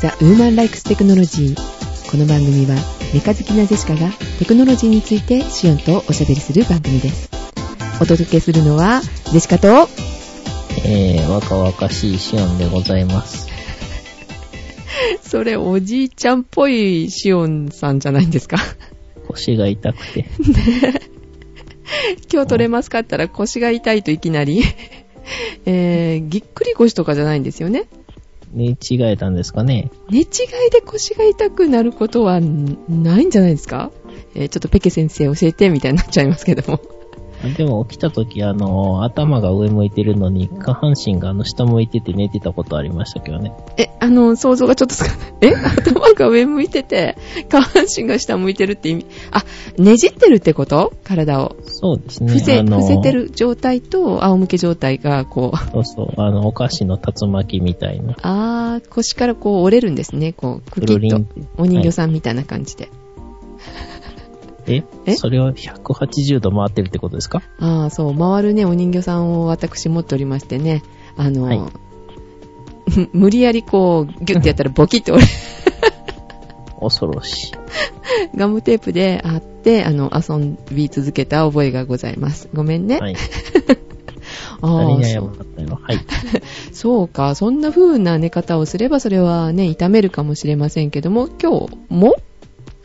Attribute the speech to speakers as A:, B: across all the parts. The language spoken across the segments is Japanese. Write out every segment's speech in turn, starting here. A: ザ・ウーマン・ライクス・テクノロジー。この番組は、メカ好きなジェシカがテクノロジーについてシオンとおしゃべりする番組です。お届けするのは、ジェシカと、
B: えー、若々しいシオンでございます。
A: それおじいちゃんっぽいシオンさんじゃないんですか
B: 腰が痛くて。
A: 今日取れますかったら腰が痛いといきな り、えー、ぎっくり腰とかじゃないんですよね。
B: 寝違えたんですかね
A: 寝違いで腰が痛くなることはんないんじゃないですか、えーちょっとペケ先生教えてみたいになっちゃいますけども。
B: でも起きた時、あの、頭が上向いてるのに、下半身があの下向いてて寝てたことありましたけどね。
A: え、あの、想像がちょっとつかない。え頭が上向いてて、下半身が下向いてるって意味。あ、ねじってるってこと体を。
B: そうですね。
A: 伏せ、
B: あの
A: 伏せてる状態と、仰向け状態が、こう、
B: そうそう、あの、お菓子の竜巻みたいな。
A: あー、腰からこう折れるんですね。こう、クキ
B: く
A: ッ
B: るりん
A: と
B: って。
A: お人形さんみたいな感じで。
B: え
A: え
B: それを180度回ってるってことですか
A: ああ、そう、回るね、お人形さんを私持っておりましてね、あの、
B: はい
A: 無理やりこう、ギュッてやったらボキッて折れ、
B: 恐ろしい。
A: ガムテープで貼って、あの、遊び続けた覚えがございます。ごめんね。
B: はい。
A: あ
B: 誰
A: あ、
B: に謝
A: そ
B: っ
A: う
B: たのはい。
A: そうか、そんな風な寝方をすれば、それはね、痛めるかもしれませんけども、今日も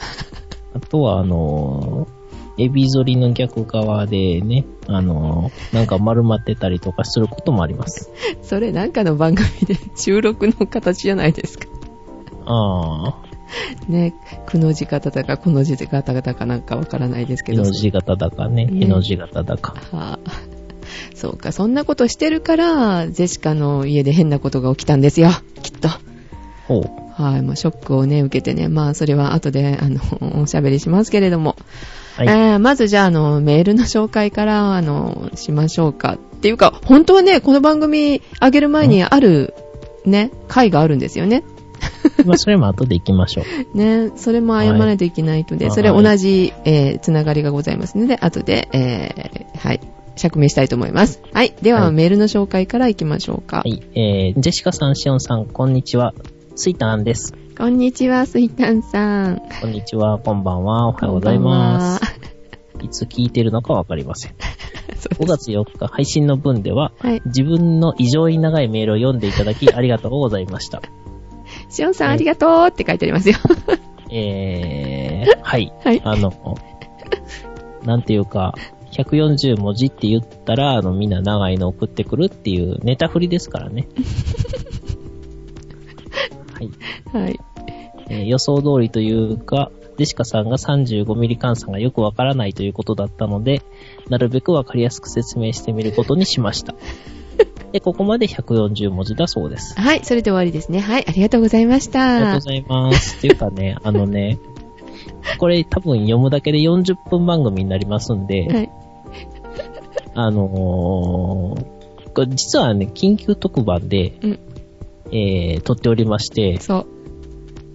B: あとは、あのー、エビ反りの逆側でね、あのー、なんか丸まってたりとかすることもあります。
A: それなんかの番組で収録の形じゃないですか。
B: ああ、
A: ね、くの字型だか、この字型だかなんかわからないですけ
B: 絵
A: ど。
B: の字型だかね、
A: ね
B: 絵の字型だか。
A: はあ、そうか、そんなことしてるから、ゼシカの家で変なことが起きたんですよ、きっと。
B: ほう。
A: はい、もうショックをね、受けてね、まあ、それは後で、あの、 おしゃべりしますけれども。
B: はい。
A: えーまずじゃあ、あの、メールの紹介から、あの、しましょうか。っていうか、本当はね、この番組上げる前にある、ね、回があるんですよね。
B: まあ、それも後で行きま しょう。
A: ね、それも謝らないといけないので、
B: はい
A: それ同じ、えーつながりがございますので、後で、えーはい、釈明したいと思います。はい、では、
B: はい
A: メールの紹介からいきましょうか。
B: はい。えー、ジェシカさん、シオンさん、こんにちは。スイタンです。
A: こんにちは、スイタンさん。
B: こんにちは、こんばんは、おはようございます。いつ聞いてるのかわかりません。
A: そう
B: 5月4日配信の分では、
A: はい、
B: 自分の異常に長いメールを読んでいただき、ありがとうございました。
A: しおんさん、
B: はい
A: ありがとうって書いてあり ますよ。
B: えー、はい。
A: はい
B: あの、なんていうか、140文字って言ったら、あの、みんな長いの送ってくるっていうネタ振りですか らね。はい、
A: はい。
B: えー予想通りというか、デシカさんが35ミリ換算がよくわからないということだったので、なるべくわかりやすく説明してみることにしました。で、ここまで140文字だそうです。
A: はい、それで終わりですね。はい、ありがとうございまし
B: ありがと
A: た
B: うご。ざいます。っていうか ね、あのね、これ多分読むだけで40分番組になりますんで、
A: はい、
B: あのーこれ実はね、緊急特番で、
A: うん
B: えー、撮っておりまして、
A: そ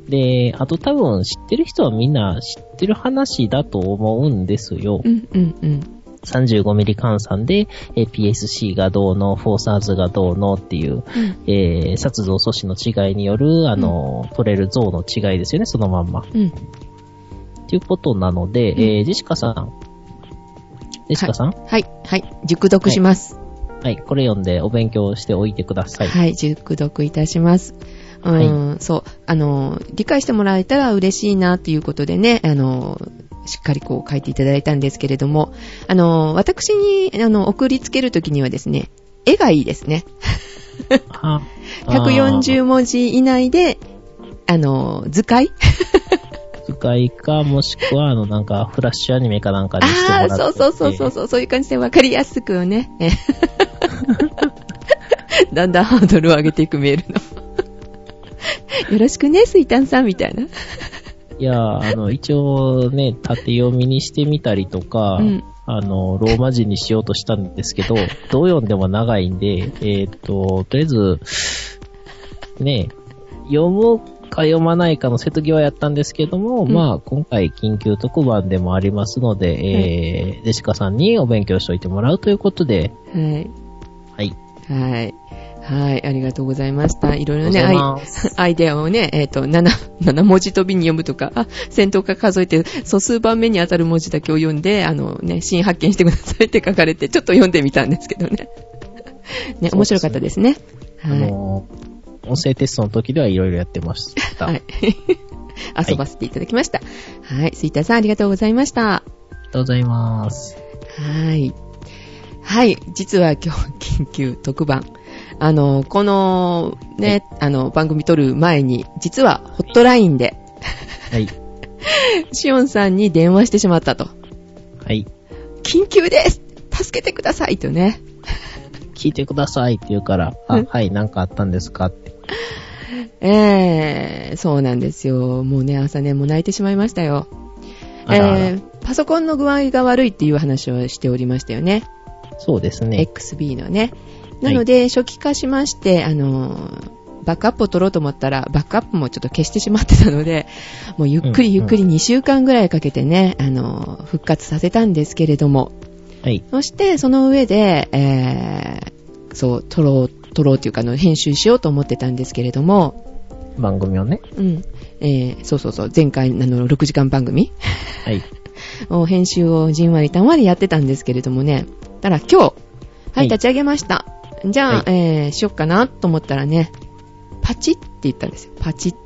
A: う。
B: で、あと多分知ってる人はみんな知ってる話だと思うんですよ
A: う。ん、うん、うん。
B: 35ミリ換算で、えー PSC がどうの、フォーサーズがどうのっていう、
A: うん、
B: えー、殺動阻止の違いによる、あのー、取れる像の違いですよね、そのまんま。
A: うん。
B: っていうことなので、
A: ん
B: えー、ジェシカさん。ジェシカさん、はい、
A: はい、はい、熟読します。
B: これ読んでお勉強しておいてください。
A: はい、熟読いたします。うん、そう、あの、理解してもらえたら嬉しいなということでね、あの、しっかりこう書いていただいたんですけれども、あの、私に、あの、送りつけるときにはですね、絵がいいですね。
B: あ
A: 140文字以内で、あの、図解
B: 図解か、もしくは、あの、なんか、フラッシュアニメかなんかにしてもら
A: あ
B: っ
A: あ
B: て。
A: ー、そうそうそうそうそう、そういう感じで分かりやすくね。え だんだんハードルを上げていくメールの。よ ろしくね、スイタンさんみたいな。
B: いやー、あの、一応ね、縦読みにしてみたりとか、
A: うん
B: あの、ローマ字にしようとしたんですけど、どう読んでも長いんで、えーっと、とりあえず、ね、読むか読まないかの瀬戸際やったんですけども、
A: うん
B: まあ、今回緊急特番でもありますので、えー、ジェシカさんにお勉強しておいてもらうということで、
A: はい。
B: はい。
A: はい。はい、ありがとうございました。いろいろ
B: あり
A: ね、
B: が
A: アイ
B: とうございます
A: アイデアをね、えっ、と、7、7文字飛びに読むとか、あ、先頭から数えて、素数番目に当たる文字だけを読んで、あのね、新発見してくださいって書かれて、ちょっと読んでみたんですけどね。ね、面白かったですね。
B: あ
A: はい。
B: の、音声テストの時ではいろいろやってました。
A: は
B: あ
A: い。 遊ばせていただきました。はい。スイタさん、ありがとうございました。
B: りがとうございます。
A: はい。はい。実は今日、緊 急特番。あの、この、ね、あの、番組撮る前に、実は、ホットラインで、
B: はい。
A: シオンさんに電話してしまったと。
B: はい。
A: 緊急です助けてくださいとね。
B: 聞いてくださいって言うから、あ、はい、なんかあったんですかって。
A: えー、そうなんですよ。もうね、朝ね、もう泣いてしまいましたよ。
B: あらあら
A: えー、パソコンの具合が悪いっていう話をしておりましたよね。
B: そうですね。
A: XB のね。なので、初期化しまして、あのーバックアップを取ろうと思ったら、バックアップもちょっと消してしまってたので、 もうゆっく
B: う
A: り
B: んうん
A: ゆっくり2週間ぐらいかけてね、あのー復活させたんですけれども、
B: はい。
A: そして、その上で、えー、そう、撮ろう、撮ろうというか、あの、編集しようと思ってたんですけれども、
B: 番組をね。
A: うん、えー、そうそうそう、前回、あの、6時間番組
B: はい。
A: を編集をじんわりたんわりやってたんですけれどもね、ただ今日、は
B: はい
A: い、立ち上げました。じゃあ、
B: は
A: えー、しよっかなと思ったらね、パチって言ったんですよ。パチって。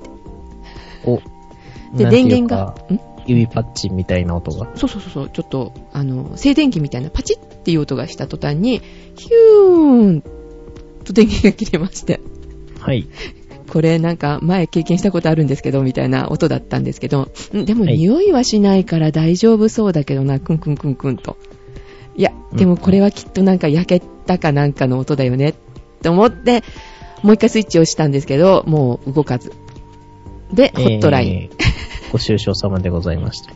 B: お。
A: で、
B: なんてい
A: 電
B: う
A: 源
B: か
A: が、ん
B: 指パッチンみたいな音が。
A: そうそうそうそう、ちょっと、あの、静電気みたいなパチッっていう音がした途端に、ヒューンと電源が切れまして、
B: はい。
A: これなんか前経験したことあるんですけど、みたいな音だったんですけど、んでも
B: はい
A: 匂いはしないから大丈夫そうだけどな、クンクンクンクンと。いや、でもこれはきっとなんか焼けたかなんかの音だよね、と思って、もう一回スイッチを押したんですけど、もう動かず。で、ホットライン。
B: えーご愁傷様でございました。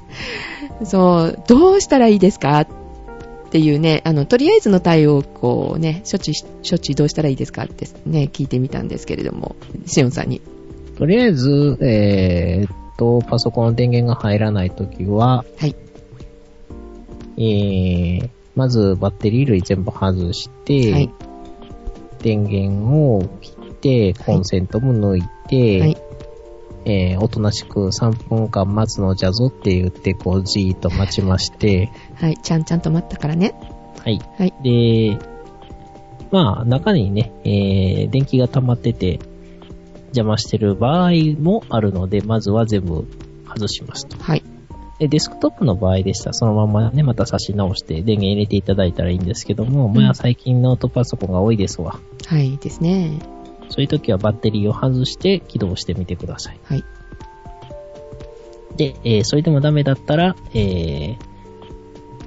A: そう、どうしたらいいですかっていうね、あの、とりあえずの対応をこうね、処置し、処置どうしたらいいですかってね、聞いてみたんですけれども、シオンさんに。
B: とりあえず、えーっと、パソコンの電源が入らないときは、
A: はい。
B: えー、まずバッテリー類全部外して、
A: はい
B: 電源を切って、コンセントも抜いて、
A: はい
B: えーおとなしく3分間待つのじゃぞって言って、こう、じーっと待ちまして、
A: はい、ちゃんちゃんと待ったからね。
B: はい。
A: はい
B: で、まあ、中にね、えー電気が溜まってて、邪魔してる場合もあるので、まずは全部外しますと。
A: はい。
B: で、デスクトップの場合でしたら、そのままね、また差し直して電源入れていただいたらいいんですけども、まあ、最近ノートパソコンが多いですわ。
A: はい、ですね。
B: そういう時はバッテリーを外して起動してみてください。
A: はい。
B: で、えーそれでもダメだったら、えー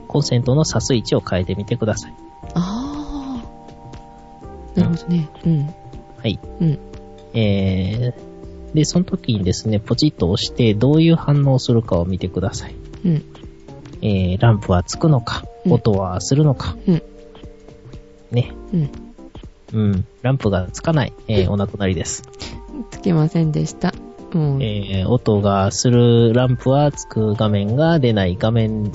B: コンセントの差す位置を変えてみてください。
A: あー。なるほどね。うん。
B: はい。
A: うん。
B: えー、で、その時にですね、ポチッと押して、どういう反応をするかを見てください。
A: うん。
B: えー、ランプはつくのか、
A: うん
B: 音はするのか、
A: うん。
B: ね。
A: うん。
B: うん。ランプがつかない、えー、お亡くなりです。
A: つけませんでした。もう、
B: えー、音がするランプはつく画面が出ない画面、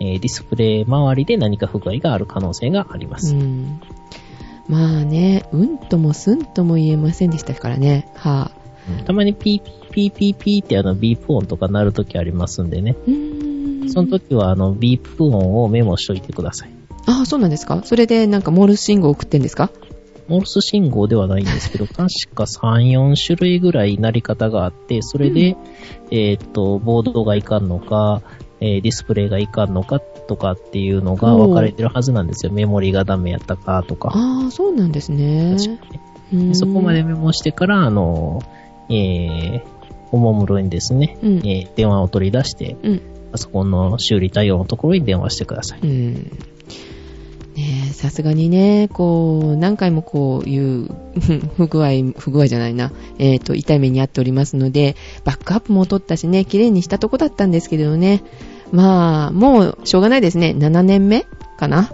B: えー、ディスプレイ周りで何か不具合がある可能性があります。
A: うん。まあね、うんともすんとも言えませんでしたからね。は
B: たまにピーピーピーピーってあのビープ音とか鳴る時ありますんでね。
A: ぁ。うーん。
B: その時は、あの、ビープ音をメモしといてください。
A: あ、そうなんですかそれでなんかモールス信号送ってんですか
B: モールス信号ではないんで すけど、確か3、4種類ぐらいなり方があって、それで、えーっと、ボードがいかんのか、えーディスプレイがいかんのかとかっていうのが分かれてるはずなんですよ。メモリがダメやったかとか。
A: ああ、そうなんですね。
B: 確か
A: うー
B: に
A: ん
B: そこまで。メモしてから、あの、えー、おもむろにですね、
A: うん
B: えー電話を取り出して、
A: うん。
B: パソコンの修理対応のところに電話してください。
A: うん。ねえ、さすがにね、こう、何回もこういう、 不具合、不具合じゃないな、えっ、と、痛い目に遭っておりますので、バックアップも取ったしね、綺麗にしたとこだったんですけれどね。まあ、もう、しょうがないですね。7年目かな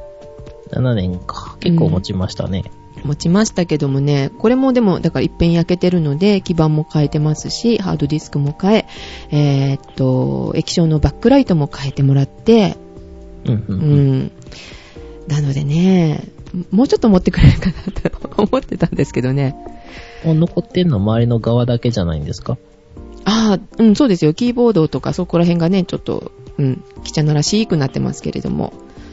B: 7年か。結構持ちましたね。
A: 持ちましたけどもね、これもでも、だから一遍焼けてるので、基板も変えてますし、ハードディスクも変え、えーっと、液晶のバックライトも変えてもらって、
B: うんう。
A: うんん。なのでね、もうちょっと持ってくれるかなと思ってたんですけどね。
B: もう残ってんのは周りの側だけじゃないんですか
A: ああ、うん、そうですよ。キーボードとかそこら辺がね、ちょっと、うん、汚らしくなってますけれども。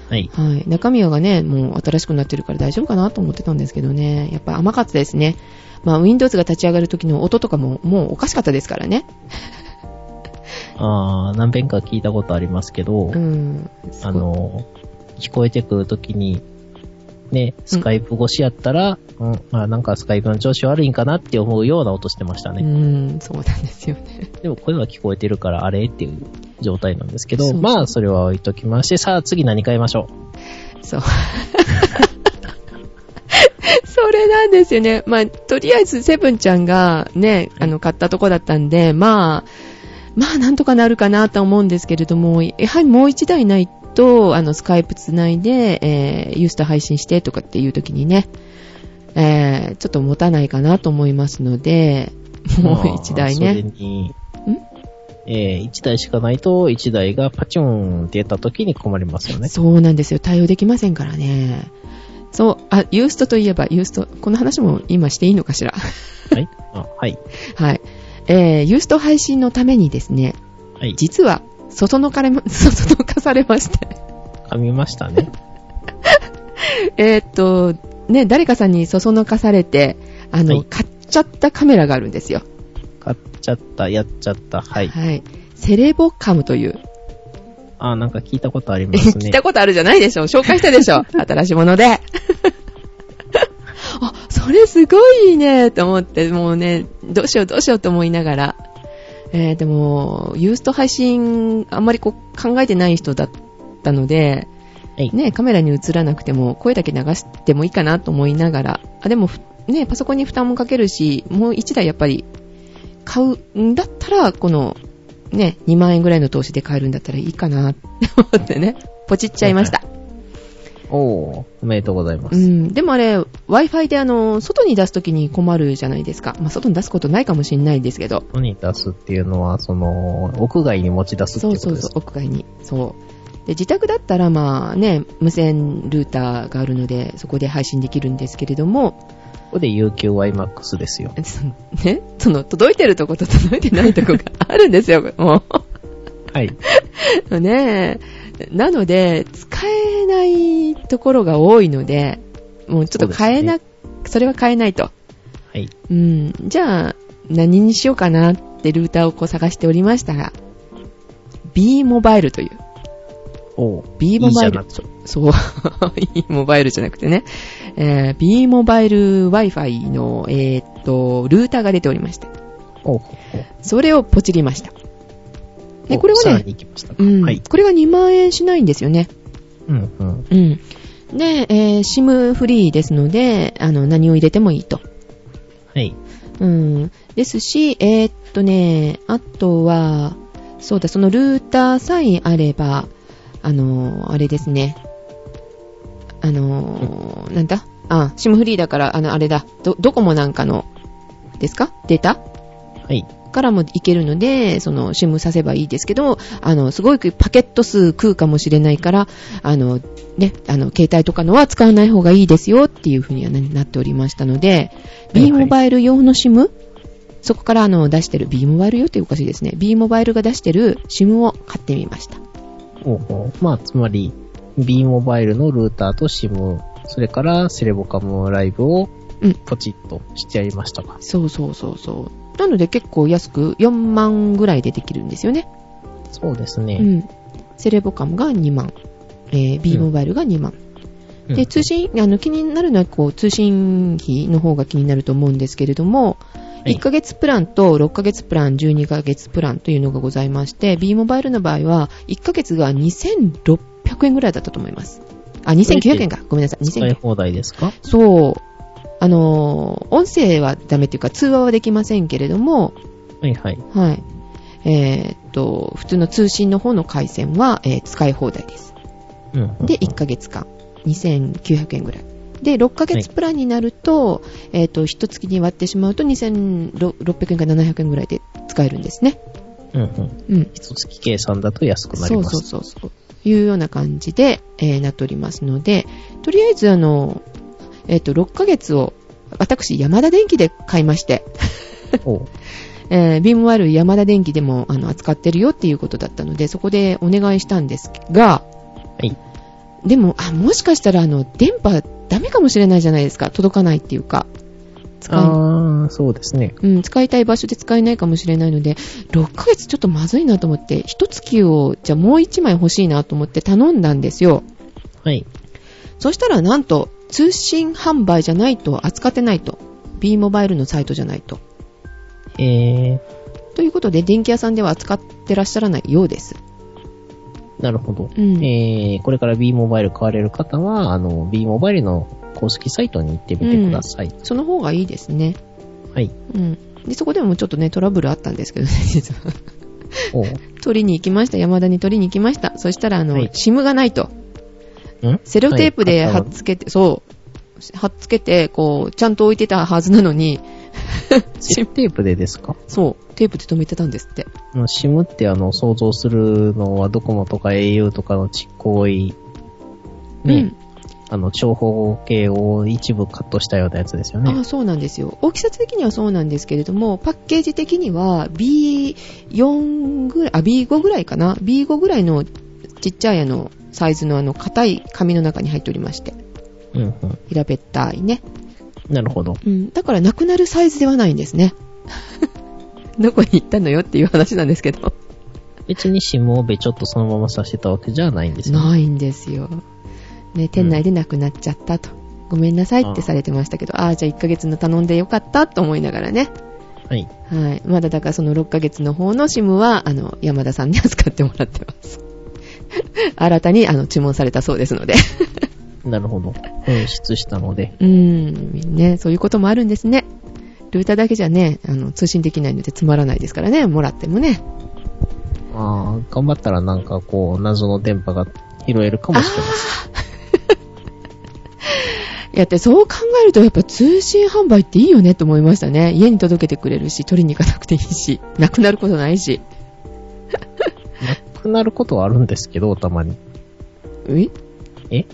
B: はい。
A: はい。中身がね、もう新しくなってるから大丈夫かなと思ってたんですけどね。やっぱ甘かったですね。まあ、Windows が立ち上がる時の音とかも、もうおかしかったですからね。
B: あー、何遍か聞いたことありますけど、
A: うん。すご
B: あ
A: い、
B: の、聞こえてくるときに、ね、スカイプ越しやったら、うん、あなんかスカイプの調子悪いんかなって思うような音してました
A: う
B: ね。
A: ん、そうなんですよね。
B: でも声は聞こえてるから、あれっていう状態なんですけ
A: そう
B: ど、
A: そう
B: まあ、それは置いときまして、さあ次何買いましょう。
A: そう。 それなんですよね。まあ、とりあえず、セブンちゃんがね、あの、買ったとこだったんで、まあ、まあ、なんとかなるかなと思うんですけれども、やはりもう一台ないと、あの、スカイプつないで、えー、ユースタ配信してとかっていう時にね、えー、ちょっと持たないかなと思いますので、もう一台
B: まあそれ
A: ね。
B: に、えー、一台しかないと、一台がパチョンって言った時に困ります よね。
A: そうなんですよ。対応できませんからね。そう、あ、ユーストといえば、ユースト、この話も今していいのかしら。
B: はい。あはい。
A: はい。えー、ユースト配信のためにですね、
B: はい。
A: 実は、そそのかれま、 そそのかされまして、
B: 噛みましたね。
A: えーっと、ね、誰かさんにそそのかされて、あの、
B: はい
A: 買っちゃったカメラがあるんですよ。
B: 買っちゃった、やっちゃった、はい。
A: はい。セレボカムという、
B: あー、なんか聞いたことありま す
A: 聞
B: ね
A: い。たことあるじゃないでしょ。紹介したでし ょ。新しいもので。 あ、それすごいね、と思って、もうね、どうしようどうしようと思いながら。えーでも、ユースト配信、あんまりこう、考えてない人だったので、
B: はい
A: ね、カメラに映らなくても、声だけ流してもいいかなと思いながら、あ、でもふ、ね、パソコンに負担もかけるし、もう一台やっぱり、買うんだったら、この、ね、2万円ぐらいの投資で買えるんだったらいいかなって思ってね、ポチっちゃいました。
B: おー、おめでとうございま
A: う
B: す。
A: ん、でもあれ、Wi-Fi であの、外に出すときに困るじゃないですか。まあ、外に出すことないかもしれないですけど。
B: 外に出すっていうのは、その、屋外に持ち出すって
A: そ
B: いう
A: う
B: こ
A: そ
B: と
A: う
B: です
A: そう
B: か、
A: 屋外に。そう。で、自宅だったら、まあね、無線ルーターがあるので、そこで配信できるんですけれども、
B: ここで UQYMAX です よ。
A: そのね、その、届いてるとこと届いてないとこがあるんですよ、 も
B: はい。
A: う。ねえなので、使えないところが多いので、もうちょっと変えな、そ,、れは変えないと。
B: はい。
A: うん、じゃあ、何にしようかなってルーターをこう探しておりましたが、B モバイルという。
B: お
A: B
B: い
A: モ
B: いじ
A: バ
B: ゃ
A: イル
B: なくて。
A: そう、 いいモバイルじゃなくてね、えー B モバイル Wi-Fi の、えーっと、ルーターが出ておりました。
B: おお
A: それをポチりました。で、
B: お
A: これ
B: さ
A: は
B: ら
A: ね、
B: に行きましたか、
A: うん、
B: はい。
A: これが2万円しないんですよね。
B: うんうん。
A: うん。で、えー SIM フリーですので、あの、何を入れてもいいと。
B: はい。
A: うん。ですし、えーっとね、あとは、そうだ、そのルーターさえあれば、あのーあれですね。あのーなんだあ、シムフリーだから、あの、あれだ、ど、ドコモなんかの、ですかデータ
B: はい。
A: からもいけるので、その、シムさせばいいですけど、あの、すごいパケット数食うかもしれないから、あの、ね、あの、携帯とかのは使わない方がいいですよっていうふうにはななっておりましたので、
B: はいは
A: B
B: い
A: モバイル用のシム、そこからあの、出してる、B モバイル用っておかしいですね。B モバイルが出してるシムを買ってみました。
B: おおまあ、つまり、B モバイルのルーターと SIM、それからセレボカムライブを
A: うん
B: ポチッとしてやりましたか。
A: そうそうそうそう。なので結構安く4万ぐらいでできるんですよね。
B: そうです
A: う
B: ね。
A: ん。セレボカムが2万。えー B モバイルが2万。
B: うん
A: で、通信、あの、気になるのは、こう、通信費の方が気になると思うんですけれども、
B: はい
A: 1ヶ月プランと6ヶ月プラン、12ヶ月プランというのがございまして、B モバイルの場合は、1ヶ月が2600円ぐらいだったと思います。あ、2900円か。ごめんなさい。
B: 使い
A: 2900
B: 放題ですか
A: そう。あのー音声はダメっていうか、通話はできませんけれども、
B: はいはい。
A: はい。えーっと、普通の通信の方の回線は、えー使い放題です。
B: うんうんうん
A: で、1ヶ月間、2900円ぐらい。で、6ヶ月プランになると、えっ、と、1月に割ってしまうと、2600円か700円ぐらいで使えるんですね。
B: うんうん。
A: うん。
B: 一月計算だと安くなり
A: そう
B: ます。
A: そうそうそう。いうような感じで、えーなっておりますので、とりあえず、あの、えっと、6ヶ月を、私、山田電機で買いまして、
B: おう
A: えービームワイル山田電機でも、あの、扱ってるよっていうことだったので、そこでお願いしたんですが、
B: はい。
A: でも、あ、もしかしたら、あの、電波ダメかもしれないじゃないですか。届かないっていうか。使い
B: あー、そうですね。
A: うん、使いたい場所で使えないかもしれないので、6ヶ月ちょっとまずいなと思って、一月を、じゃあもう1枚欲しいなと思って頼んだんですよ。
B: はい。
A: そしたらなんと、通信販売じゃないと扱ってないと。B モバイルのサイトじゃないと。
B: えー、
A: ということで、電気屋さんでは扱ってらっしゃらないようです。
B: なるほど。
A: うん
B: えー、これから B モバイル買われる方は、あの、B モバイルの公式サイトに行ってみてください。
A: その方がいいですね。
B: はい。
A: うん。で、そこでもちょっとね、トラブルあったんですけどね、 実は。
B: おう
A: 取りに行きました。山田に取りに行きました。そしたら、あの、
B: はい
A: SIM がないと。
B: ん
A: セロテープで
B: はい
A: 貼っつけて、そう、貼っつけて、こう、ちゃんと置いてたはずなのに、
B: セロテープでですか
A: そう、テープで止めてたんですって。
B: まあ SIM ってあの、想像するのはドコモとか au とかのちっこい、ね、
A: うん
B: あの、長方形を一部カットしたようなやつですよ
A: あ
B: ね
A: あ、。そうなんですよ。大きさ的にはそうなんですけれども、パッケージ的には B4 ぐらい、あ、B5 ぐらいかな ?B5 ぐらいのちっちゃいあの、サイズのあの、硬い紙の中に入っておりまして。
B: うんうん。
A: 平べったいね。
B: なるほど。
A: うん。だからなくなるサイズではないんですね。 どこに行ったのよっていう話なんですけど。
B: 別に SIM をべちょっとそのままさせてたわけじゃないんですよ。
A: ないんですよ。ね、店内でなくなっちゃったと。ごめんなさいってされてましたけど、ああー、じゃあ1ヶ月の頼んでよかったと思いながらね。
B: はい。
A: はい。まだだからその6ヶ月の方の SIM は、あの、山田さんに扱ってもらってます。 新たに、あの、注文されたそうですので。
B: なるほど。紛失したので。
A: うーん、ね、そういうこともあるんですね。ルーターだけじゃね、あの、通信できないのでつまらないですからね、もらってもね。
B: ああ、頑張ったらなんかこう、謎の電波が拾えるかもしれません。
A: いやって、そう考えるとやっぱ通信販売っていいよねと思いましたね。家に届けてくれるし、取りに行かなくていいし、 なくなることないし。
B: なくなることはあるんですけど、たまに。
A: え
B: え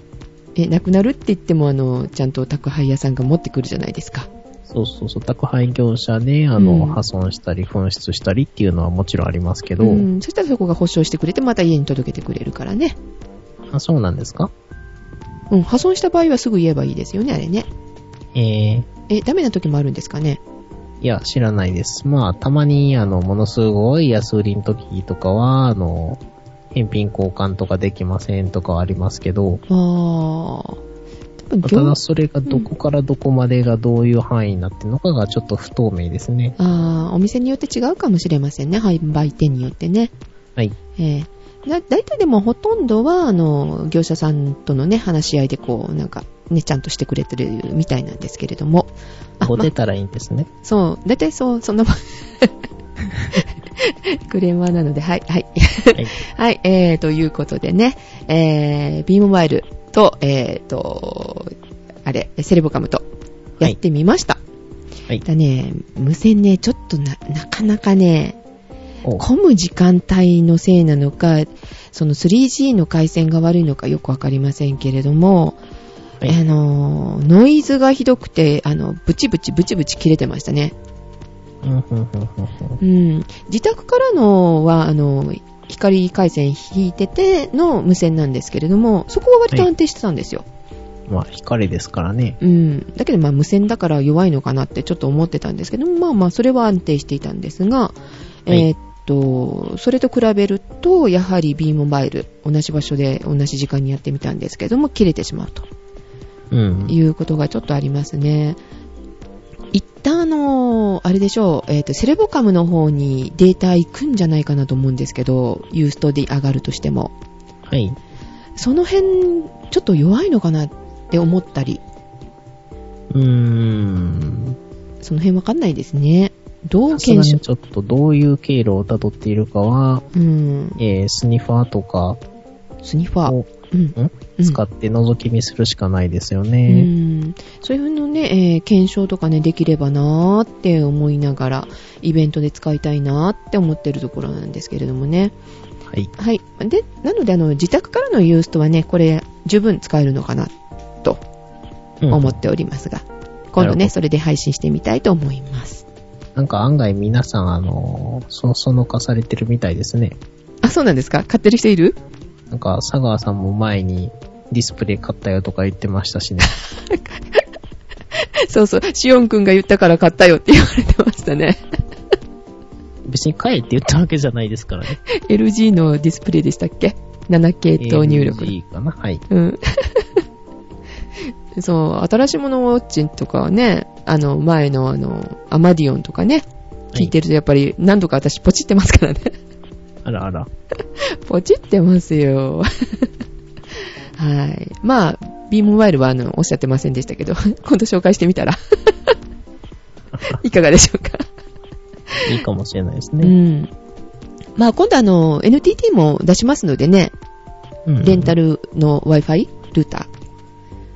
A: え、なくなるって言っても、あの、ちゃんと宅配屋さんが持ってくるじゃないですか。
B: そうそうそう、宅配業者で、あの、
A: うん
B: 破損したり、紛失したりっていうのはもちろんありますけど、
A: うん、そしたらそこが保証してくれて、また家に届けてくれるからね。
B: あ、そうなんですか
A: うん、破損した場合はすぐ言えばいいですよね、あれね。
B: えー、
A: え、ダメな時もあるんですかね。
B: いや、知らないです。まあ、たまに、あの、ものすごい安売りの時とかは、あの、返品交換とかできませんとかはありますけど、
A: あー。多分
B: た
A: 業
B: だそれがどこからどこまでがどういう範囲になってるのかがちょっと不透明ですね。
A: あーお店によって違うかもしれませんね。販売店によってね。
B: はい。
A: えー、だ、大体でもほとんどは、あの、業者さんとのね、話し合いでこう、なんか、ね、ちゃんとしてくれてるみたいなんですけれども。あ、
B: こ
A: ま
B: 出たらいいんですね。
A: そう、大体そう、そんなもん。 クレーマーなので、はい、はい。
B: はい。
A: はい、えー、ということでね、えー、ビームモバイルと、えー、と、あれ、セレボカムと、やってみました。
B: はい。
A: だね、無線ね、ちょっとな、なかなかね、
B: お
A: 混む時間帯のせいなのか、その 3G の回線が悪いのかよくわかりませんけれども、
B: はい
A: あの、ノイズがひどくて、あの、ブチブチブチブチ切れてましたね。
B: うんうんうんうんうん
A: うん。自宅からのは、あの、光回線引いてての無線なんですけれども、そこは割と安定してたんですよ。
B: まあ、光ですからね。
A: うん。だけどまあ無線だから弱いのかなってちょっと思ってたんですけども、まあまあそれは安定していたんですが、
B: い
A: えーっと、それと比べると、やはり B モバイル、同じ場所で同じ時間にやってみたんですけども、切れてしまうと
B: うん。
A: いうことがちょっとありますね。一旦あの、あれでしょう、えーっと、セレボカムの方にデータ行くんじゃないかなと思うんですけど、ユーストで上がるとしても。
B: はい。
A: その辺、ちょっと弱いのかなって思ったり、
B: うーん。
A: その辺わかんないですね。どう
B: さすが
A: 検証
B: にちょっとどういう経路を辿っているかは、
A: うん。
B: えー、スニファーとか
A: スニファー
B: を。
A: うん。
B: ん
A: うん
B: 使って覗き見するしかないです
A: う
B: よね。
A: ん、そういうのね、えー検証とかね、できればなーって思いながら、イベントで使いたいなーって思ってるところなんですけれどもね。
B: はい。
A: はい。で、なので、あの、自宅からのユーストはね、これ、十分使えるのかな、と
B: うん
A: 思っておりますが、今度
B: なるほ
A: ね、それで配信してみたいと思います。
B: なんか案外皆さん、あの、そそのかされてるみたいですね。
A: あ、そうなんですか買ってる人いる
B: なんか、佐川さんも前にディスプレイ買ったよとか言ってましたしね。
A: そうそう、シオンくんが言ったから買ったよって言われてましたね。
B: 別に買えって言ったわけじゃないですからね。
A: LG のディスプレイでしたっけ ?7K と入力。
B: いいかなはい。
A: うん。 そう、新しいものウォッチとかはね、あの、前のあの、アマディオンとかね、聞いてるとやっぱり何度か私ポチってますからね。
B: あらあら。
A: ポチってますよ。 はい。まあ、B モバイルはあの、おっしゃってませんでしたけど、 今度紹介してみたら、いかがでしょうか。
B: いいかもしれないです
A: う
B: ね。
A: ん。まあ、今度あの、NTT も出しますのでね、
B: うん
A: レンタルの Wi-Fi ルーター。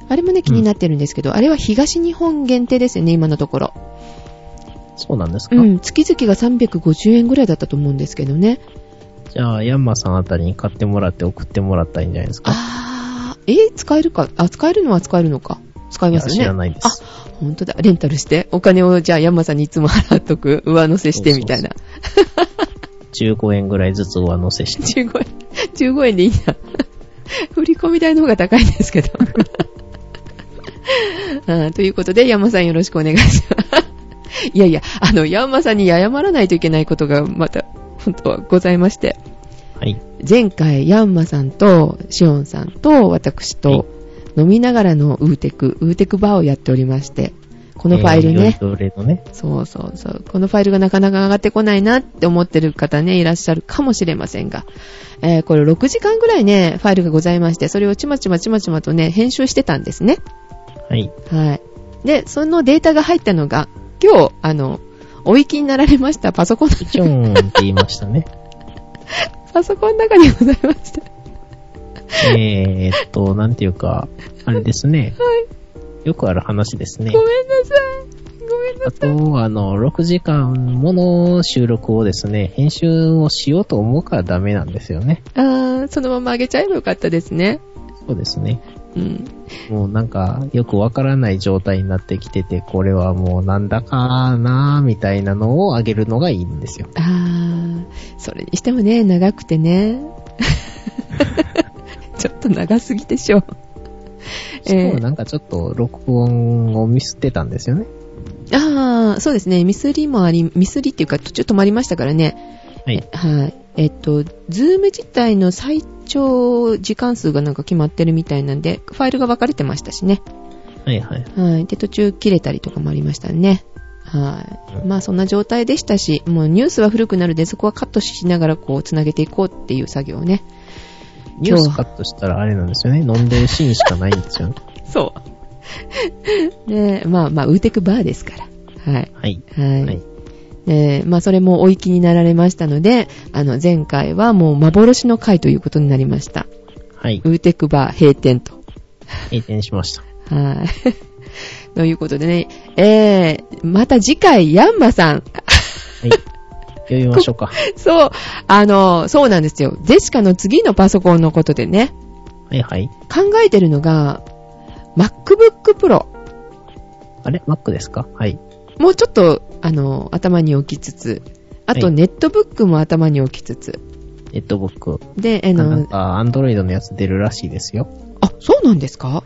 A: あれもね、気になってるんですけど、あれは東日本限定ですよね、今のところ。
B: そうなんですか、
A: うん、月々が350円ぐらいだったと思うんですけどね。
B: じゃあ、ヤンマさんあたりに買ってもらって送ってもらったらいいんじゃないですか
A: あー、えー使えるか、あ、使えるのは使えるのか。使え
B: い
A: ま
B: や
A: すよね。
B: 知らないです。
A: ほんとだ。レンタルして。お金をじゃあヤンマさんにいつも払っとく。上乗せしてみたいな。
B: 15円ぐらいずつ上乗せ して。
A: 15円。15円でいいな。 振り込み代の方が高いんですけど。 あーということで、ヤンマさんよろしくお願いします。 いやいや、あの、ヤンマさんに謝らないといけないことがまた、本当はございまして。
B: はい。
A: 前回、ヤンマさんと、シオンさんと、私
B: はい
A: と、飲みながらのウーテク、ウーテクバーをやっておりまして、このファイルね。
B: えーよりどれのね。
A: そうそうそう。このファイルがなかなか上がってこないなって思ってる方ね、いらっしゃるかもしれませんが、えーこれ6時間ぐらいね、ファイルがございまして、それをちまちまちまちまとね、編集してたんですね。
B: はい。
A: はい。で、そのデータが入ったのが、今日、あの、お行きになられましたパソコンの、
B: チョーンって言いまし たね。
A: パソコンの中にございました。
B: えーっと、なんていうか、あれですね。よくある話ですね
A: ご。めんなさい。ごめんなさい。
B: あと、あの、6時間もの収録をですね、編集をしようと思うからダメなんですよね。
A: あー、そのまま上げちゃえばよかったですね。
B: そうですね。
A: うん。
B: もうなんか、よくわからない状態になってきてて、これはもうなんだかなーみたいなのを上げるのがいいんですよ。
A: あー、それにしてもね、長くてね。ちょっと長すぎでしょ。
B: しかもなんかちょっと録音をミスってたんですよね。
A: あー、そうですね、ミスりもあり、ミスりっていうか、途中止まりましたからね。
B: はい。
A: はい。えっと、ズーム自体の最長時間数がなんか決まってるみたいなんで、ファイルが分かれてましたしね。
B: はいはい。
A: はい。で、途中切れたりとかもありましたね。はい。まあ、そんな状態でしたし、もうニュースは古くなるで、そこはカットしながらこう、つなげていこうっていう作業をね。
B: ニュースカットしたらあれなんですよね。飲んでるシーンしかないんですよね。
A: そう。ねえまあまあ、ウーテクバーですから。はい。
B: はい。
A: はい。
B: はい。
A: ねえまあ、それもお行きになられましたので、あの、前回はもう幻の回ということになりました。
B: はい。
A: ウーテクバー閉店と。
B: 閉店しました。
A: はい。 ということでね、えー、また次回、ヤンマさん。
B: はい。呼びましょう か。
A: そう、あの、そうなんですよ。ゼシカの次のパソコンのことでね、
B: はいはい。
A: 考えてるのが、MacBook Pro。
B: あれ ?Mac ですかはい。
A: もうちょっと、あの、頭に置きつつ、あと、
B: はい
A: ネットブックも頭に置きつつ、
B: えっと、僕、
A: で、あ
B: なん
A: の、
B: か、アンドロイドのやつ出るらしいですよ。
A: あ、そうなんですか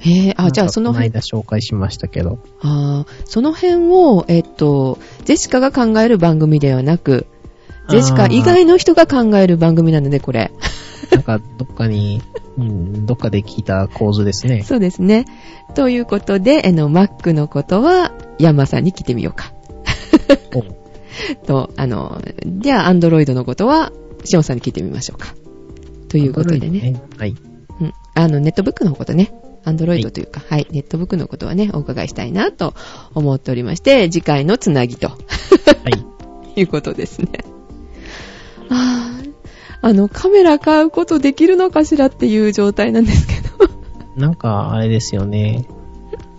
A: へえ、
B: なん
A: あ、
B: か
A: じゃあその
B: この
A: 辺、
B: 間紹介しましたけど。
A: あーその辺を、えっと、ジェシカが考える番組ではなく、ジェシカ以外の人が考える番組なので、これ。
B: なんか、どっかに、うん、どっかで聞いた構図ですね。
A: そうですね。ということで、あの、Mac のことは、ヤンマさんに聞いてみようか。
B: お
A: と、あの、じゃあ、Android のことは、シオンさんに聞いてみましょうか。ということでね。
B: Android はい。
A: うん。あの、ネットブックのことね。アンドロイ
B: は
A: ド
B: い
A: というか、はい、ネットブックのことはね、お伺いしたいなと思っておりまして、次回のつなぎと
B: はい。
A: いうことですね。あーあの、カメラ買うことできるのかしらっていう状態なんですけど。
B: なんか、あれですよね。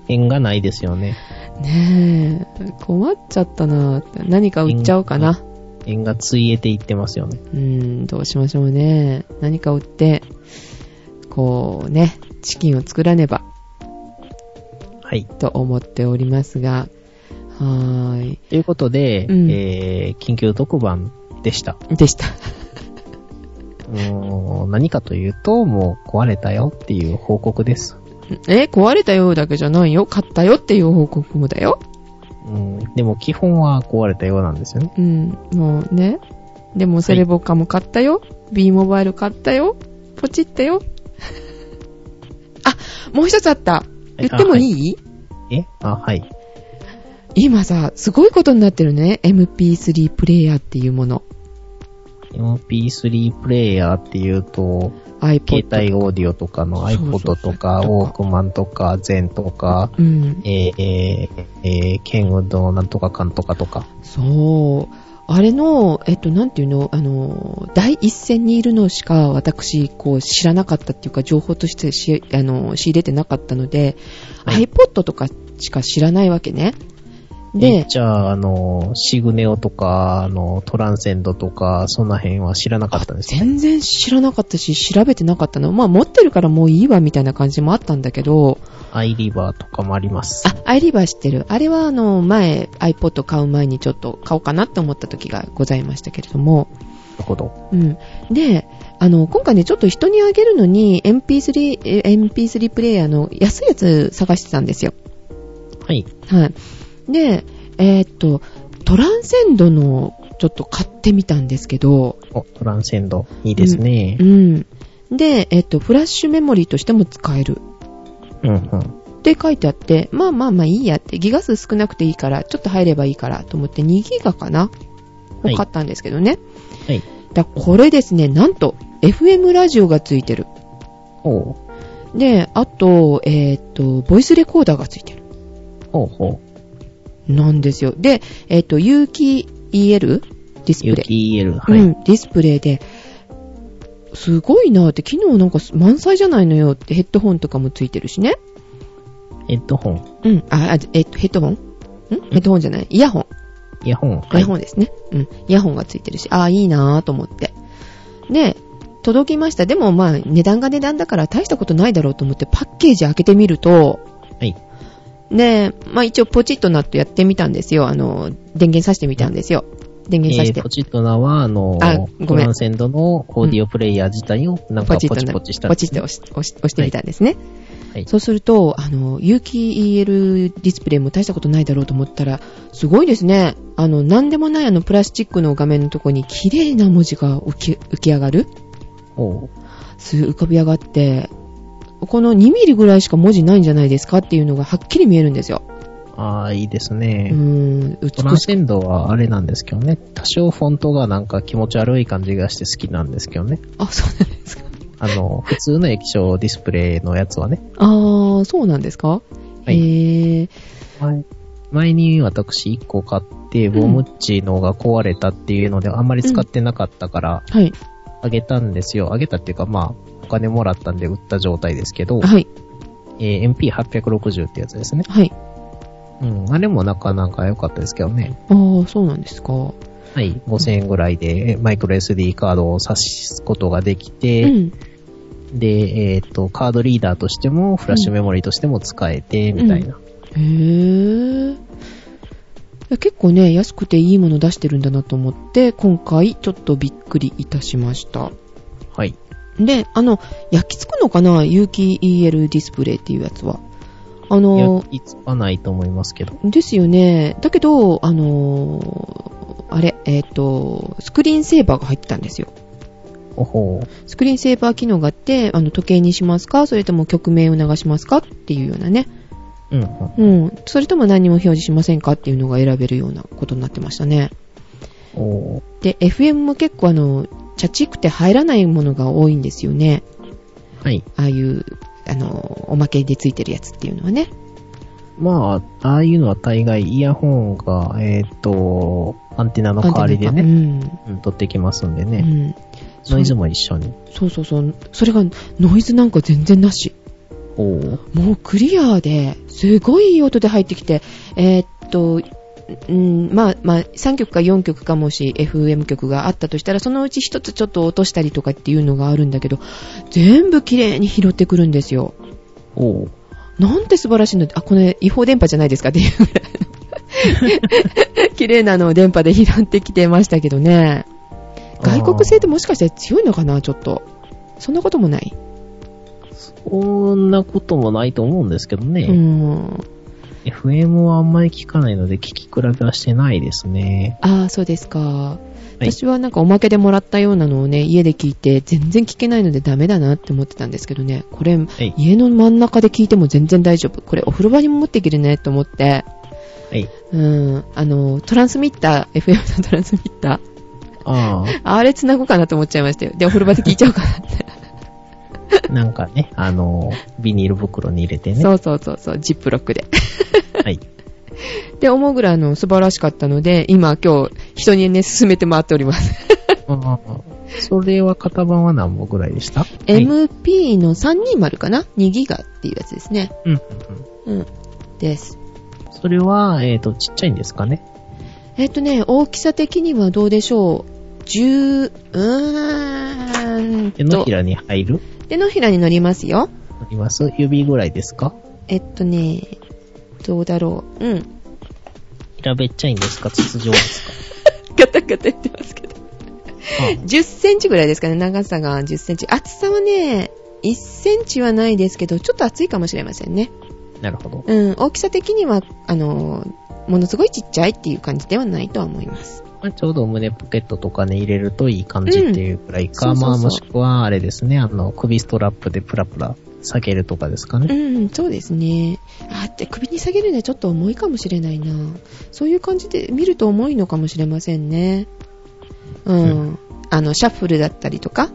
B: 縁がないですよね。
A: ねえ、困っちゃったな何か売っちゃおうかな。
B: 縁がついえていってますよね。
A: うん、どうしましょうね。何か売って、こうね、チキンを作らねば。
B: はい。
A: と思っておりますが、はーい。
B: ということで、
A: うん
B: えー、緊急特番でした。
A: でした。
B: もう何かというと、もう壊れたよっていう報告です。
A: え、壊れたよだけじゃないよ。買ったよっていう報告もだよ。
B: うん、でも基本は壊れたようなんですよね。
A: うん、もうね。でもセレボカも買ったよ。B モバイル買ったよ。ポチったよ。 あ、もう一つあった。言ってもいい、
B: えあ、はい。
A: 今さ、すごいことになってるね。MP3 プレイヤーっていうもの。
B: MP3 プレイヤーっていうと、
A: iPod。
B: 携帯オーディオとかの
A: そうそう
B: iPod とか、
A: とか
B: ウォークマンとか、Zen とか、
A: うん。
B: えー、えー、えー、ケンウッドのなんとかかんとかとか。
A: そう。あれの、えっと、なんていうの、あの、第一線にいるのしか私、こう、知らなかったっていうか、情報としてし、あの、仕入れてなかったので、
B: はい
A: iPod とかしか知らないわけね。で
B: え、じゃあ、あの、シグネオとか、あの、トランセンドとか、その辺は知らなかったんですね。
A: 全然知らなかったし、調べてなかったの。まあ、持ってるからもういいわ、みたいな感じもあったんだけど、
B: アイリバーとかもあります。
A: あ、アイリバー知ってる。あれは、あの、前、iPod 買う前にちょっと買おうかなって思った時がございましたけれども、
B: なるほど。
A: うん。で、あの、今回ね、ちょっと人にあげるのに、MP3、え MP3 プレイヤーの安いやつ探してたんですよ。
B: はい。
A: はい。で、えーっと、トランセンドの、ちょっと買ってみたんですけど、
B: お、トランセンド。いいですね
A: う。ん。で、えーっと、フラッシュメモリーとしても使える。
B: うん、うん。
A: って書いてあって、まあまあまあいいやって、ギガ数少なくていいから、ちょっと入ればいいからと思って2ギガかな
B: は
A: を
B: い
A: 買ったんですけどね。
B: はい。
A: だこれですね、なんと、FM ラジオがついてる。
B: おう、
A: で、あと、えーっ、と、ボイスレコーダーがついてる。
B: ほうほう。
A: なんですよ。で、えーっ、と、有機 EL ディスプ
B: 有
A: レイ。
B: 機 EL。はい。
A: うん、ディスプレイで、すごいなって、機能なんか満載じゃないのよって、ヘッドホンとかもついてるしね。
B: ヘッドホン。
A: うん、あ、あえーっ、と、ヘッドホンんヘッドホンじゃないイヤホン。
B: イヤホン。
A: イ
B: は
A: ヤ
B: い。
A: ホンですね。うん。イヤホンがついてるし、ああ、いいなぁと思って。で、届きました。でもまあ、値段が値段だから大したことないだろうと思って、パッケージ開けてみると、
B: はい。
A: ねえ、まあ一応ポチッとなってやってみたんですよ。あの、電源さしてみたんですよ。電源さし
B: え
A: て
B: ー、。ポチッとなは、あの
A: あごめ、ん
B: トランセンドのオーディオプレイヤー自体を、なんか
A: ポチッ
B: ポ
A: と
B: チ
A: な
B: ポチしたん
A: ポ
B: で
A: チ
B: す
A: ッ
B: ね。
A: と押し押し押してみたんですね。
B: はい
A: そうすると、あの、有機 EL ディスプレイも大したことないだろうと思ったら、すごいですね。あの、なんでもないあのプラスチックの画面のとこに綺麗な文字が浮き浮き上がる
B: おう
A: す浮かび上がって、この2ミリぐらいしか文字ないんじゃないですかっていうのがはっきり見えるんですよ。
B: ああ、いいです
A: う
B: ね。
A: ーん、
B: トラン
A: 美しい。
B: センドはあれなんですけどね。多少フォントがなんか気持ち悪い感じがして好きなんですけどね。
A: あ、そうなんですか。
B: あ の、普通の液晶ディスプレイのやつはね。
A: あー、そうなんですか、
B: はい
A: へー。
B: 前に私1個買って、ボムッチのが壊れたっていうので、あんまり使ってなかったから、
A: はい。
B: あげたんですよ。あげたっていうか、まあ、お金もらったんで売った状態ですけど、
A: はい。
B: えー MP860 ってやつですね。
A: はい。
B: うん。あれもなかなか良かったですけどね。
A: あー、そうなんですか。
B: はい。5000円ぐらいで、マイクロ SD カードを挿すことができて、
A: うん。
B: で、えっ、と、カードリーダーとしても、フラッシュメモリーとしても使えて、みたいな。
A: へー。結構ね、安くていいもの出してるんだなと思って、今回ちょっとびっくりいたしました。
B: はい。
A: で、あの、焼き付くのかな有機 EL ディスプレイっていうやつは。あ
B: いや
A: の、、
B: いつかないと思いますけど。
A: ですよね。だけど、あのーあれ、えっ、と、スクリーンセーバーが入ってたんですよ。
B: おほ
A: スクリーンセーバー機能があって、あの、時計にしますかそれとも曲名を流しますかっていうようなね。
B: う。うん、うん。
A: うん。それとも何も表示しませんかっていうのが選べるようなことになってましたね。
B: おー
A: で、FM も結構あの、チャチくて入らないものが多いんですよね。
B: はい。
A: ああいう、あの、おまけでついてるやつっていうのはね。
B: まあ、ああいうのは大概イヤホンが、えっ、と、アンテナの代わりで
A: う
B: ね、
A: ん。
B: うん取ってきますんで
A: う
B: ね、
A: ん。
B: ノイズも一緒に。
A: そうそうそう。それが、ノイズなんか全然なし。
B: おお。
A: もうクリアで、すごいいい音で入ってきて、えーっと、うん、まあ、まあ、3曲か4曲かもし FM 曲があったとしたら、そのうち一つちょっと落としたりとかっていうのがあるんだけど、全部綺麗に拾ってくるんですよ。
B: おお。
A: なんて素晴らしいのあ、これ違法電波じゃないですかっていうぐらいの綺麗なあの電波で拾ってきてましたけどね。外国製ってもしかして強いのかなちょっと。そんなこともない。
B: そんなこともないと思うんですけど
A: う
B: ね。
A: ん。
B: FM はあんまり聞かないので、聞き比べはしてないですね。
A: ああ、そうですか。
B: い
A: 私はなんかおまけでもらったようなのをね、家で聞いて全然聞けないのでダメだなって思ってたんですけどね。これ、
B: はい。
A: 家の真ん中で聞いても全然大丈夫。これお風呂場にも持っていけるねと思って。
B: はい。
A: うん。あの、トランスミッター、FM のトランスミッター。
B: ああ。
A: あれ繋ごうかなと思っちゃいましたよ。で、お風呂場で聞いちゃおうかなって。
B: なんかね、あ の、ビニール袋に入れて ね。
A: そうそうそうそう、ジップロックで。
B: はい。
A: で、思うぐらいあの素晴らしかったので、今今日、人にね、勧めて回っております。
B: ああそれは型番は何本ぐらいでした、はい
A: MP の320かな ?2 ギガっていうやつですね。
B: うんうんうん。
A: うん。です。
B: それは、えっ、と、ちっちゃいんですかね。
A: えっとね、大きさ的にはどうでしょう ?10、うーんと。
B: 手のひらに入る
A: 手のひらに乗りますよ。
B: あります指ぐらいですか
A: えっとね、どうだろう。うん。
B: 平べっちゃいんですか筒状ですか
A: ガタガタ言ってますけど。10センチぐらいですかね、長さが10センチ。厚さはね、1センチはないですけど、ちょっと厚いかもしれませんね。
B: うんなるほど。
A: うん、大きさ的には、あの、ものすごいちっちゃいっていう感じではないとは思います。
B: まあ、ちょうど胸ポケットとかに入れるといい感じっていうくらいか、
A: うんそうそうそう
B: まあもしくはあれですね、あの、首ストラップでプラプラ下げるとかですか
A: う
B: ね。
A: ん、そうですね。あって首に下げるのはちょっと重いかもしれないな。そういう感じで見ると重いのかもしれませんね。うん。あの、シャッフルだったりとか、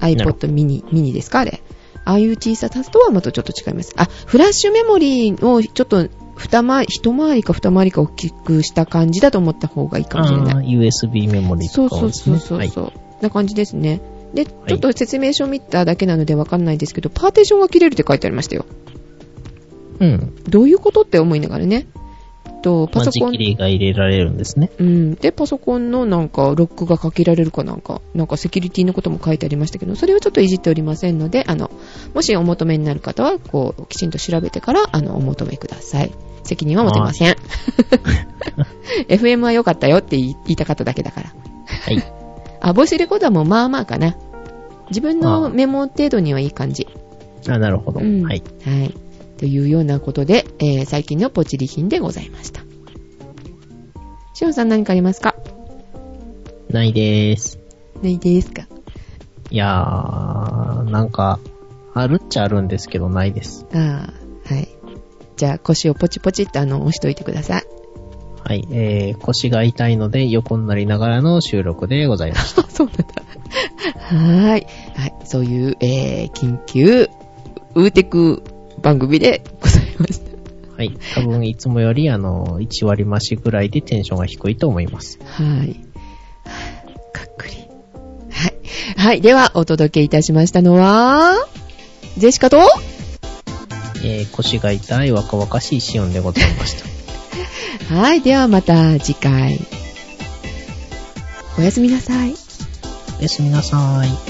B: なるほ
A: iPod mini、mini ですかあれ。ああいう小ささとはまたちょっと違います。あ、フラッシュメモリーをちょっと二回り、一回りか二回りか大きくした感じだと思った方がいいかもしれない
B: あ。あ USB メモリ
A: そ
B: と
A: うそ
B: かを
A: う
B: です
A: そう
B: ね。
A: そう
B: はい
A: そう、な感じですね。で、ちょっと
B: は
A: 説明書見ただけなのでわかんないですけど、パーテーションが切れるって書いてありましたよ。
B: うん。
A: どういうことって思いながらね。えっと、パ
B: マ
A: ソ
B: ジ
A: コ
B: キ
A: ン、
B: リが入れられるんですね。
A: うん。で、パソコンのなんか、ロックがかけられるかなんか、なんかセキュリティのことも書いてありましたけど、それはちょっといじっておりませんので、あの、もしお求めになる方は、こう、きちんと調べてから、あの、お求めください。責任は持てませ ん。FM は良かったよって言い言いたかっただけだから。
B: はい。
A: あ、ボイスレコーダーもまあまあかな。自分
B: ああ
A: のメモ程度にはいい感じ。
B: あ、なるほど。
A: うん
B: はい。
A: はい。というようなことで、えー最近のポチリ品でございました。しおんさん何かありますか
B: ないです。
A: ないですか
B: いやー、なんか、あるっちゃあるんですけど、ないです。
A: ああ、はい。じゃあ腰をポチポチってあの、押しといてください。
B: はい。えー、腰が痛いので、横になりながらの収録でございます。
A: あ そうなんだ。はーい。はい。そういう、えー、緊急、ウーテク番組でございました。
B: はい。多分、いつもより、あの、1割増しぐらいでテンションが低いと思います。
A: はい。かっくり。はい。はい。では、お届けいたしましたのは、ジェシカと、は
B: えー、腰が痛い若々しいシオンでございました。
A: い。では、また次回。おやすみなさい。
B: おやすみなさーい。